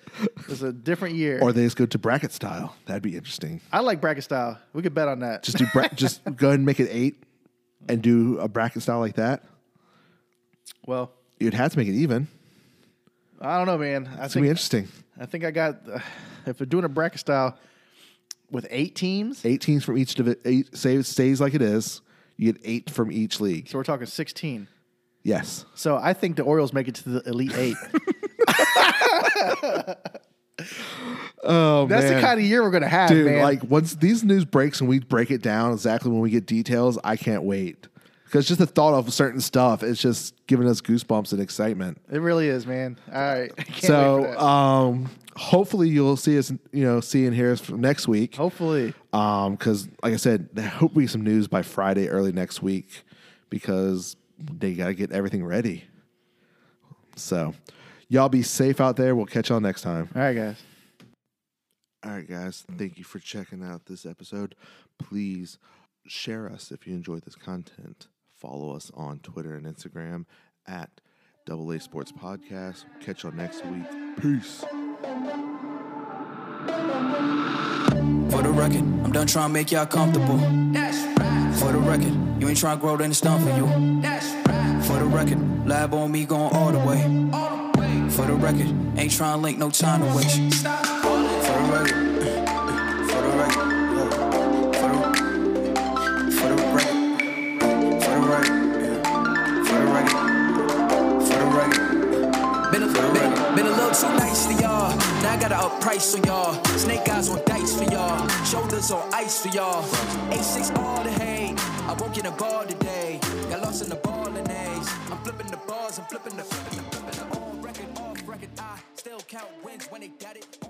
this is a different year. or they just go to bracket style. That'd be interesting. I like bracket style. We could bet on that. Just do (laughs) bra- just go ahead and make it eight, and do a bracket style like that. well, You'd have to make it even. I don't know, man. I It's gonna be think interesting. I think I got. (sighs) if we're doing a bracket style with eight teams, Eight teams from each divi- eight stays, stays like it is. You get eight from each league. so we're talking sixteen. Yes. So I think the Orioles make it to the elite (laughs) eight. Oh, That's the kind of year we're gonna have, Dude, man. like once these news breaks and we break it down exactly when we get details, I can't wait. Because just the thought of certain stuff is just giving us goosebumps and excitement. it really is, man. All right. (laughs) I can't wait for so that. um, hopefully you'll see us, you know, see and hear us from next week. hopefully, Um, because like I said, I hope we get some news by Friday, early next week, because they gotta get everything ready. So y'all be safe out there. We'll catch y'all next time. all right, guys. All right, guys, thank you for checking out this episode. Please share us if you enjoyed this content. Follow us on Twitter and Instagram at Double A Sports Podcast. Catch y'all next week. Peace. For the record, I'm done trying to make y'all comfortable. That's right. For the record, you ain't trying to grow, then it's done for you. That's right. For the record, lab on me going all the way. All the way. For the record, ain't trying to link no time to waste. Stop For the record, uh, for the record, yeah. for the, for the record, for the record, yeah. for the record, for the record. Been a, been, been a little too nice to y'all. Now I got to up price on y'all. Snake eyes on dice for y'all. Shoulders on ice for y'all. A6 all the hay. I won't get involved today. Got lost in the ball and A's. I'm flipping the bars. I'm flipping the flipping the flipping the on record, off record. I still count wins when they got it.